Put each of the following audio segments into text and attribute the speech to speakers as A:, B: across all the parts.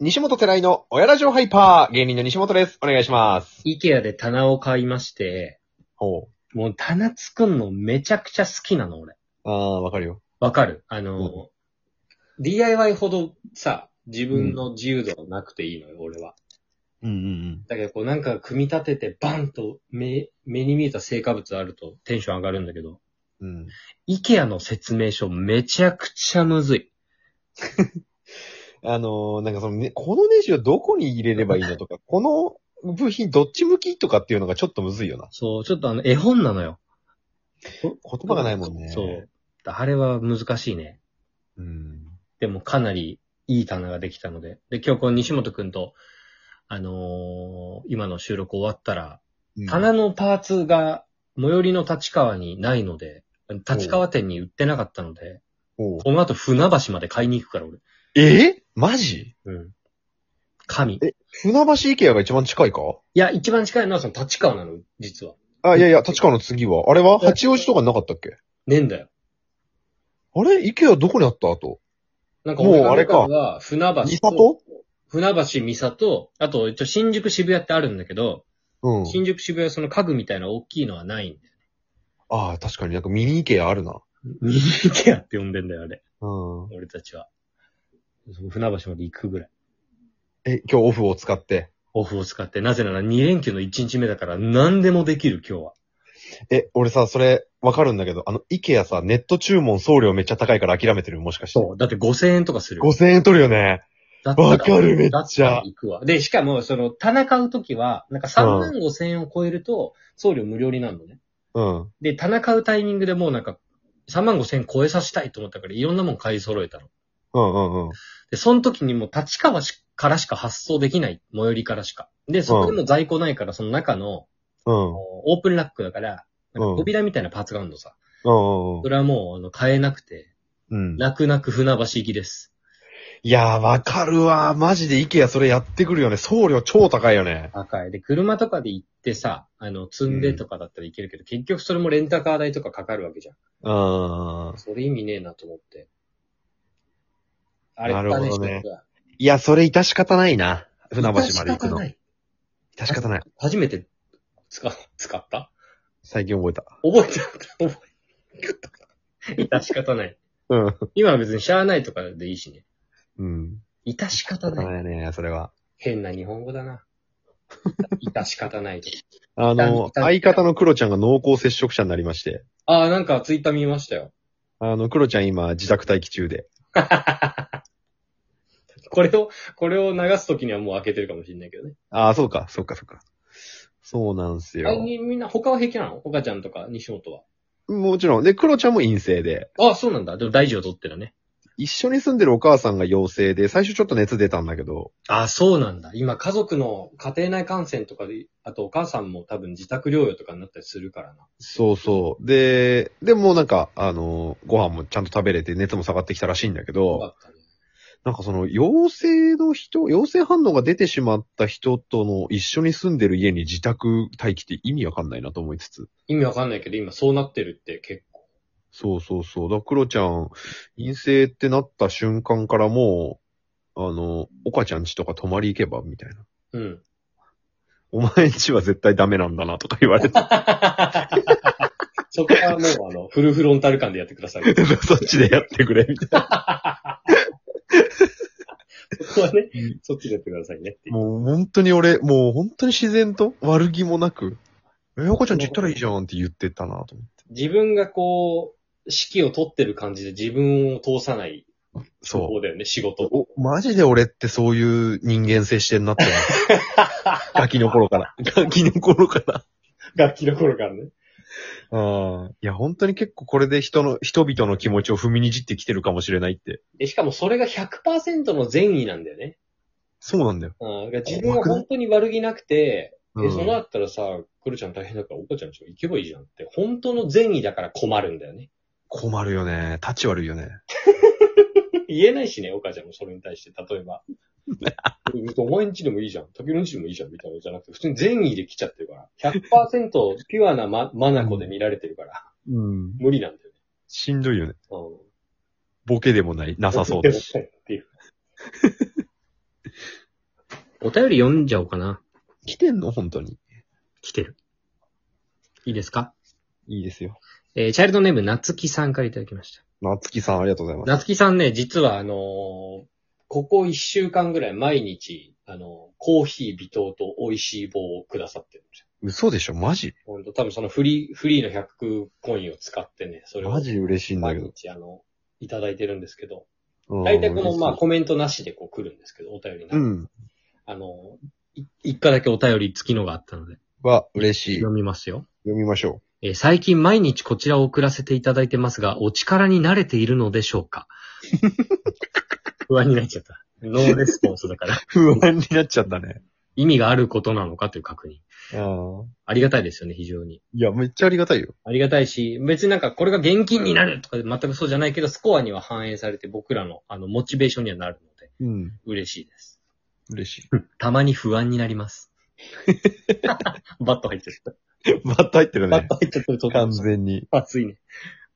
A: 西本寺井の親ラジオハイパー、芸人の西本です。お願いします。
B: イケアで棚を買いまして、
A: ほ
B: もう棚作んのめちゃくちゃ好きなの、俺。
A: う。ああー、わかるよ。
B: わかるあの、
C: DIY ほどさ、自分の自由度はなくていいのよ、俺は。
A: うんうん
C: だけど、こうなんか組み立ててバンと目、目に見えた成果物あると
B: テンション上がるんだけど、
A: うん。うん。
B: イケアの説明書めちゃくちゃむずい。
A: あのー、なんかそのね、このネジをどこに入れればいいのとか、 この部品どっち向きとかっていうのがちょっとむずいよな。
B: そう、ちょっとあの、絵本なのよ。
A: 言葉がないもんね。
B: そう。。あれは難しいね。
A: うん。
B: でもかなりいい棚ができたので。で、今日この西本くんと、あのー今の収録終わったら、棚のパーツが最寄りの立川にないので、立川店に売ってなかったので、
A: ほう
B: この後船橋まで買いに行くから俺。
A: えーマジ
B: うん。神。い
A: え船橋イケアが一番近いか
B: や、一番近いのはその立川なの、実は。
A: あ、いやいや、立川の次は。あれは八王子とかなかったっけ
B: ねえんだよ。
A: あれイケアどこにあったあと。
B: なんか俺
A: もう
B: の
A: あれか
B: 中では船橋
A: 三
B: と、
A: 里
B: 船橋三里、あと一応新宿渋谷ってあるんだけど、
A: うん。
B: 新宿渋谷はその家具みたいな大きいのはないんだよ。
A: ああ、確かになんかミニイケアあるな。
B: ミニイケアって呼んでんだよ、あれ。
A: うん。
B: 俺たちは。その船橋まで行くぐらい。
A: え、今日オフを使って。
B: オフを使って、なぜなら2連休の1日目だから何でもできる今日は。
A: え、俺さ、それ、わかるんだけど、あの、イケアさ、ネット注文送料めっちゃ高いから諦めてるもしかして。
B: そう。だって5000円とかする。
A: 5000円取るよね。
B: だったら
A: わかるめっちゃ
B: だったら行くわ。で、しかも、その、棚買うときは、なんか3万5千円を超えると、送料無料になるのね。
A: うん。
B: で、棚買うタイミングでもうなんか、3万5千円超えさせたいと思ったから、いろんなもん買い揃えたの。
A: うんうんうん。
B: で、その時にもう立川しからしか発送できない。最寄りからしか。で、そこでも在庫ないから、その中の、
A: うん。
B: オープンラックだから、なん
A: うん
B: か扉みたいなパーツがあるのさ。
A: うんうん
B: それはもう、あの、買えなくて、
A: うん。うん。
B: 泣く泣く船橋行きです。
A: いやー、わかるわ。マジでイケアそれやってくるよね。送料超高いよね。
B: 高い。で、車とかで行ってさ、あの、積んでとかだったらいけるけど、結局それもレンタカー代とかかかるわけじゃん。
A: うん。
B: それ意味ねえなと思って。あれ、
A: なるほどね
B: 試してみたら。
A: いや、それ致し方ないな。船橋まで行くの。
B: 致し
A: 致
B: 方ない
A: し方ない。
B: 初めて、使、使った
A: 最近覚えた。
B: 覚えた覚え た。致し方ない。
A: うん。
B: 今は別にしゃあないとかでいいしね。
A: うん。
B: 致し
A: 仕方
B: 方ない。
A: ないね、それは。
B: 変な日本語だな。致し方ないと。
A: あの、
B: 痛い痛
A: 相
B: い
A: 方のクロちゃんが濃厚接触者になりまして、
B: ああ、なんかツイッター見ましたよ。
A: あの、クロちゃん今、自宅待機中で。
B: これを、これを流すときにはもう開けてるかもしれないけどね。
A: ああ、そうか、そうか、そうか。そうなんす
B: あ
A: よ。
B: みみんな、他は平気なの岡ちゃんとか西本は。
A: もちろん。で、クロちゃんも陰性で、
B: ああ、そうなんだ。でも大事を取ってるね。
A: 一緒に住んでるお母さんが陽性で、最初ちょっと熱出たんだけど、
B: ああ、そうなんだ。今、家族の家庭内感染とかで、あとお母さんも多分自宅療養とかになったりするからな。
A: そうそう。で、でもなんか、あの、ご飯もちゃんと食べれて、熱も下がってきたらしいんだけ
B: よか
A: ど、
B: ったね。
A: なんかその、陽性の人、陽性反応が出てしまった人との一緒に住んでる家に自宅待機って意味わかんないなと思いつつ。
B: 意味わかんないけど、今そうなってるって結構。
A: そうそうそう。だからクロちゃん、陰性ってなった瞬間からもう、あの、岡ちゃん家とか泊まり行けば、みたいな。
B: うん。
A: お前んちは絶対ダメなんだなとか言われ て、
B: そこはもう、あの、フルフロンタル感でやってくだ さい。
A: そっちでやってくれ、みたい
B: そこはね
A: うん、
B: そっちでやってくださいねってい
A: な。
B: う。
A: もう本当に俺、もう本当に自然と悪気もなく、え、岡ちゃんち行ったらいいじゃんって言ってたなと思って。
B: 自分がこう、指揮を取ってる感じで自分を通さない方
A: そう。
B: だよね、仕事を。
A: お、マジで俺ってそういう人間性してんなって思う。 ガキの頃から。ガキの頃から。
B: 楽器の頃からね。
A: うんいや、本当に結構これで人の、人々の気持ちを踏みにじってきてるかもしれないって。
B: で、しかもそれが100%の善意なんだよね。
A: そうなんだよ。
B: うん。だから自分は本当に悪気なくて、
A: う
B: で、
A: ん
B: そのあったらさ、クロちゃん大変だから、おこちゃんち行けばいいじゃんって、本当の善意だから困るんだよね。
A: 困るよね。立ち悪いよね。
B: 言えないしね、お母ちゃんもそれに対して、例え ば。お前んちでもいいじゃん、時のんちでもいいじゃん、みたいなのじゃなくて、普通に善意で来ちゃってるから。100%ピュアなま、マナコで見られてるから、
A: うん。
B: 無理なんだよね。
A: しんどいよね。
B: うん。
A: ボケでもない、なさそう
B: で
A: だ
B: も
A: し。
B: っていう。お便り読んじゃおうかな。
A: 来てんの本当に。
B: 来てる。いいですか
A: いいですよ。
B: えーチャイルドネーム、なつきさんからいただきました。
A: なつきさん、ありがとうございます。
B: なつきさんね、
C: 実はあのーここ一週間ぐらい毎日、あのーコーヒー微糖と美味しい棒をくださってるんですよ。
A: 嘘でしょマジ
C: ほんと、多分そのフリー、フリーの100コインを使ってね、それを
A: マジ嬉しいんだ
C: 毎
A: けど。
C: 日あの、いただいてるんですけど、
A: うん
C: 大体この、まあ、コメントなしでこう来るんですけど、お便りなく
A: うん。
C: あの、
B: い一回だけお便り付きのがあったので、
A: は、嬉しい。
B: 読みますよ。
A: 読みましょ
B: えー最近毎日こちらを送らせていただいてますが、お力に慣れているのでしょう か不安になっちゃった。ノーレスポンスだか
A: う。
B: ら。
A: 不安になっちゃったね。
B: 意味があることなのかという確認。
A: ああ。
B: ありがたいですよね、非常に。
A: いや、めっちゃありがたいよ。
B: ありがたいし、別になんかこれが現金になるとか全くそうじゃないけど、スコアには反映されて僕らのあの、モチベーションにはなるので、
A: うん。
B: 嬉しいです。
A: 嬉しい。
B: たまに不安になり ます。バット入っちゃった。
A: バッと入ってる
B: バッ
A: ね
B: ト。入っちゃった。ちょっ
A: 完
B: と
A: 全に。
B: まずいね。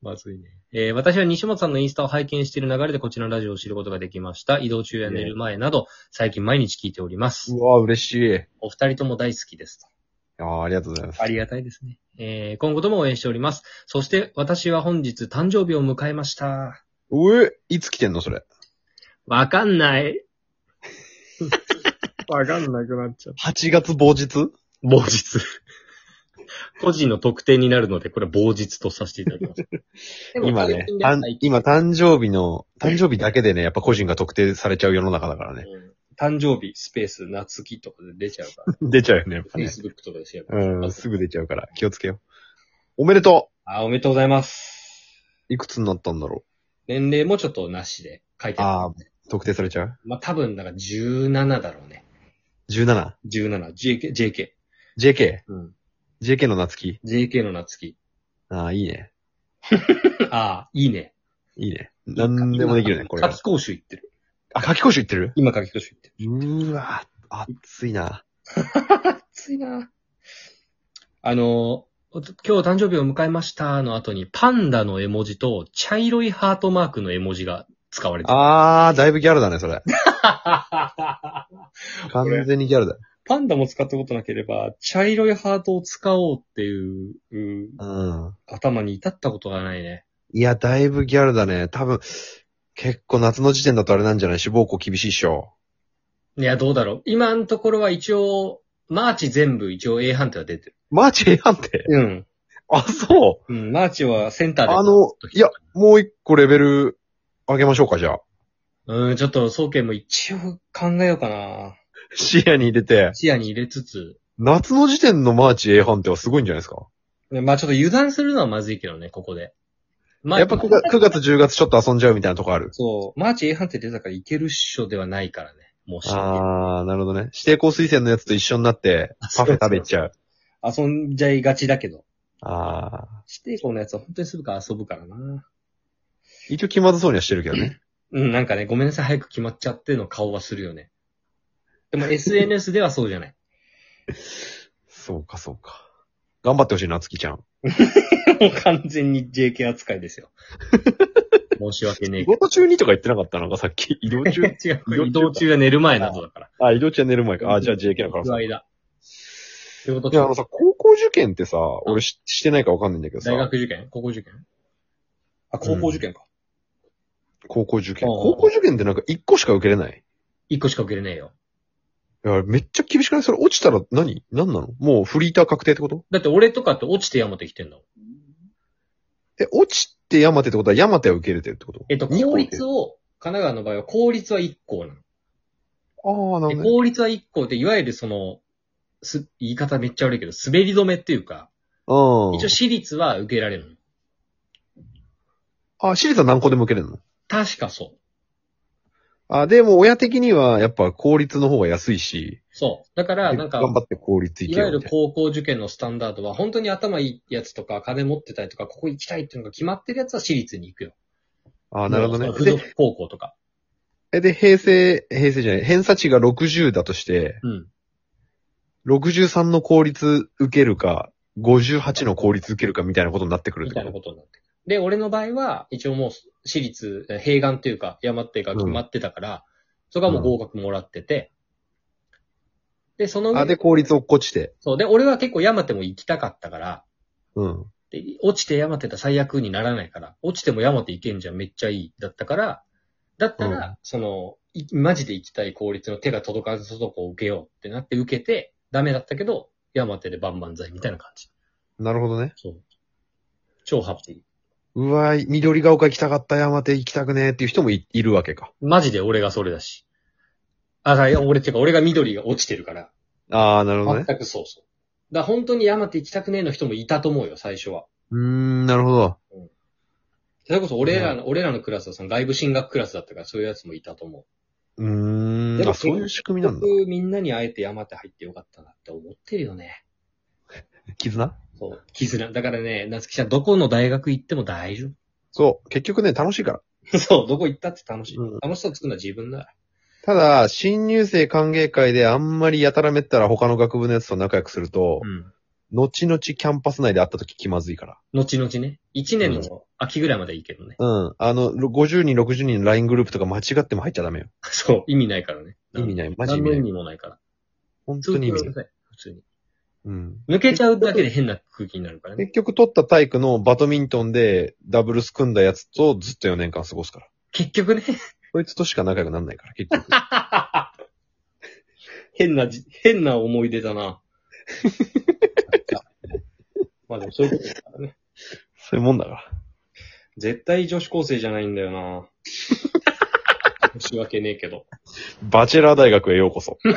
B: まずいね。えー私は西本さんのインスタを拝見している流れでこちらのラジオを知ることができました。移動中や寝る前など、最近毎日聞いております。
A: うわ、嬉しい。
B: お二人とも大好きです。
A: ああ、ありがとうございます。
B: ありがたいですね。えー今後とも応援しております。そして私は本日誕生日を迎えました。
A: うえ、いつ来てんのそれ。
B: わかんない。 わかんなくなっちゃう。
A: 8月某日
B: 某日。個人の特定になるので、これは某日とさせていただきます。
A: 今ね、たん今誕生日の、誕生日だけでね、やっぱ個人が特定されちゃう世の中だからね。
C: 誕生日、スペース、夏木とかで出ちゃうから、ね、
A: 出ちゃうよね、やっぱね。
C: Facebook とかですよ。
A: うん、すぐ出ちゃうから、気をつけよう。おめでと
C: あ、おめでとうございます。
A: ういくつになったんだろ
C: 年齢もちょっとなしで書いて
A: う。
C: あ
A: ああ、特定されちゃう
C: まあ、多分、なんか17だろうね。
A: ?17。
C: 17、JK、JK。
A: JK。
C: うん。
A: JK の夏木。
C: JK の夏木。
A: ああ、いいね。
C: ああ、いいね。
A: いいね。なんでもできるね、これ
C: 夏。夏季講習行ってる。
A: あ、夏季講習行ってる
C: 今夏季講習行ってる。
A: うーわ、暑いな。
C: 暑いな
B: あの、お今日誕生日を迎えましたの後に、パンダの絵文字と茶色いハートマークの絵文字が使われてる。
A: ああ、だいぶギャルだね、そ れ。
C: ぁ
A: 完全にギャルだ。
C: パンダも使ったことなければ、茶色いハートを使おうっていう、うん
A: うん。
B: 頭に至ったことがないね。
A: いや、だいぶギャルだね。多分、結構夏の時点だとあれなんじゃない志望校厳しいっしょ。
B: いや、どうだろう。今のところは一応、マーチ全部一応 A 判定は出てる。
A: マーチ A 判定
B: うん。
A: あ、そう
B: うん、マーチはセンターで。
A: あの、いや、もう一個レベル上げましょうか、じゃあ。
B: うん、ちょっと、総計も
C: 一応考えようかな
A: 視野に入れて、
B: 視野に入れつつ、
A: 夏の時点のマーチ A 判定はすごいんじゃないですか。
B: ねまあちょっと油断するのはまずいけどね、ここで。まあ、
A: やっぱ9月、9月10月ちょっと遊んじゃうみたいなとこある。
B: そう、マーチ A 判定出たからいけるっしょではないからね。もう知ってる
A: あー、なるほどね。指定校推薦のやつと一緒になって、パフェ食べちゃう。
C: 遊んじゃいがちだけど。
A: あ
C: 指定校のやつは本当にすぐから遊ぶからな
A: ー。一応気まずそうにはしてるけどね。
B: うん、なんかね、ごめんなさい、早く決まっちゃっての顔はするよね。でも SNS ではそうじゃない。
A: そうか、そうか。頑張ってほしいな、つきちゃん。
C: もう完全に JK 扱いですよ。
B: 申し訳ねえ
A: 仕
B: け
A: 事中にとか言ってなかったのがさっき、 移動中
B: ど。違うこれ移動中や寝る前などだから。
A: あ、移動中は寝る前か。あ、じゃあ JK だから
B: 不
A: さ。
B: 愛だ。というこ
A: い
B: と
A: や、あ
B: は
A: のさ、高校受験ってさ、俺ししてないかわかんないんだけどさ
B: 大、学受験高校受験
C: あ、高校受験か。
A: 高校受験。
C: ああ
A: 高校受験ってなんか1個しか受けれない。
B: 一個しか受けれねえよ。
A: いや、めっちゃ厳しくないそれ落ちたら何何なのもうフリーター確定ってこと
B: だって俺とかって落ちて山手来てんだもん。
A: え、落ちて山手ってことは山手は受け入れてるってこと
B: えっと、
A: 二個
B: 公立を、神奈川の場合は公立は1校なの。
A: ああ、な
B: で
A: るほどね。
B: 公立は1校って、いわゆるその、す、言い方めっちゃ悪いけど、滑り止めっていうか、
A: うん。
B: 一応私立は受けられるの。
A: あ、私立は何個でも受けれるの
B: 確かそう。
A: あ、でも親的にはやっぱ公立の方が安いし、
B: そう。だから、なんか、
A: 頑張って公立行
B: い
A: け
B: わ
A: よ
B: ゆ
A: み
B: る
A: たい
B: 高校受験のスタンダードは、本当に頭いいやつとか、金持ってたりとか、ここ行きたいっていうのが決まってるやつは私立に行くよ。
A: な。あ、なるほ
B: も
A: ど
B: う
A: ね。
B: その
A: で
B: 付属高校とか。
A: え、で、平成、平成じゃない、偏差値が60だとして、
B: うん。
A: 63の効率受けるか、58の効率受けるかみたいなことになってくるっ
B: み
A: て
B: た
A: こ
B: いな
A: と
B: ことになってくる。で、俺の場合は、一応もう、私立、え併願っていうか、山手が決まってたから、そこはもう合格もらってて、で、その
A: あ、
B: 上
A: で、効率落っこちて。
B: そう。で、俺は結構山手も行きたかったから、
A: うん。
B: で、落ちて山手だ最悪にならないから、落ちても山手行けんじゃん、めっちゃいい。だったから、だったら、
A: う
B: その、いマジで行きたい効率の手が届かずとこを受けようってなって受けて、ダメだったけど、山手で万々歳みたいな感じ。
A: なるほどね。
B: そう。超ハッピ
A: うわー緑ヶ丘行きたかった、山手行きたくねーっていう人もいいるわけか。
B: ー。マジで俺がそれだし。あ、だいや俺っていうか、俺が緑が落ちてるから。
A: ああ、なるほどね。
B: 全くそうそう。だから本当に山手行きたくねえの人もいたと思うよ、最初は。
A: うーん、なるほど。
B: それこそ俺らの、俺らのクラスはその外部進学クラスだったから、そういうやつもいたと思う。
A: うー
B: で
A: ん。
B: も
A: あ、そういう仕組みなんだ。
B: 僕、みんなに会えて山手入ってよかったなって思ってるよね。
A: 絆
B: そう。絆。だからね、夏希ちゃん、どこの大学行っても大丈
A: そう。結局ね、楽しいから。
B: 夫。 そう、どこ行ったって楽しい。
A: うん
B: 楽しさ作るのは自分だ。
A: ただ、新入生歓迎会であんまりやたらめったら他の学部のやつと仲良くすると、
B: ん。
A: 後々キャンパス内で会った時気まずいから。
B: 後々ね。1年
A: う
B: の秋ぐらいまでいいけどね。
A: うん。あの、50人、60人の LINE グループとか間違っても入っちゃダメよ。
B: そう。意味ないからね。
A: 意味ない。マジ意味ない。
B: 何の意味もないから。
A: 本
B: 通
A: 当に意
B: 勤
A: 味
B: し
A: な。
B: ないさい。普通に。
A: うん。
B: 抜けちゃうだけで変な空気になるからね。
A: 結局取った体育のバドミントンでダブルス組んだやつとずっと4年間過ごすから。
B: 結局ね。
A: こいつとしか仲良くなんないから、結局。
B: 変なじ、変な思い出だ な。
C: まあでもそういうことだからね。
A: そういうもんだから。
C: 絶対女子高生じゃないんだよな申し訳ねえけど。
A: バチェラー大学へようこそ。
B: 入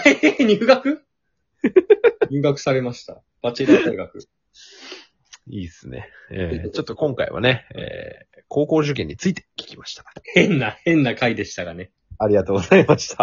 B: 学
C: 入学されました。バチェラー大学。
A: いいっすね。えー、ちょっと今回はね、えー、高校受験について聞きました。
B: 変な、変な回でしたがね。
A: ありがとうございました。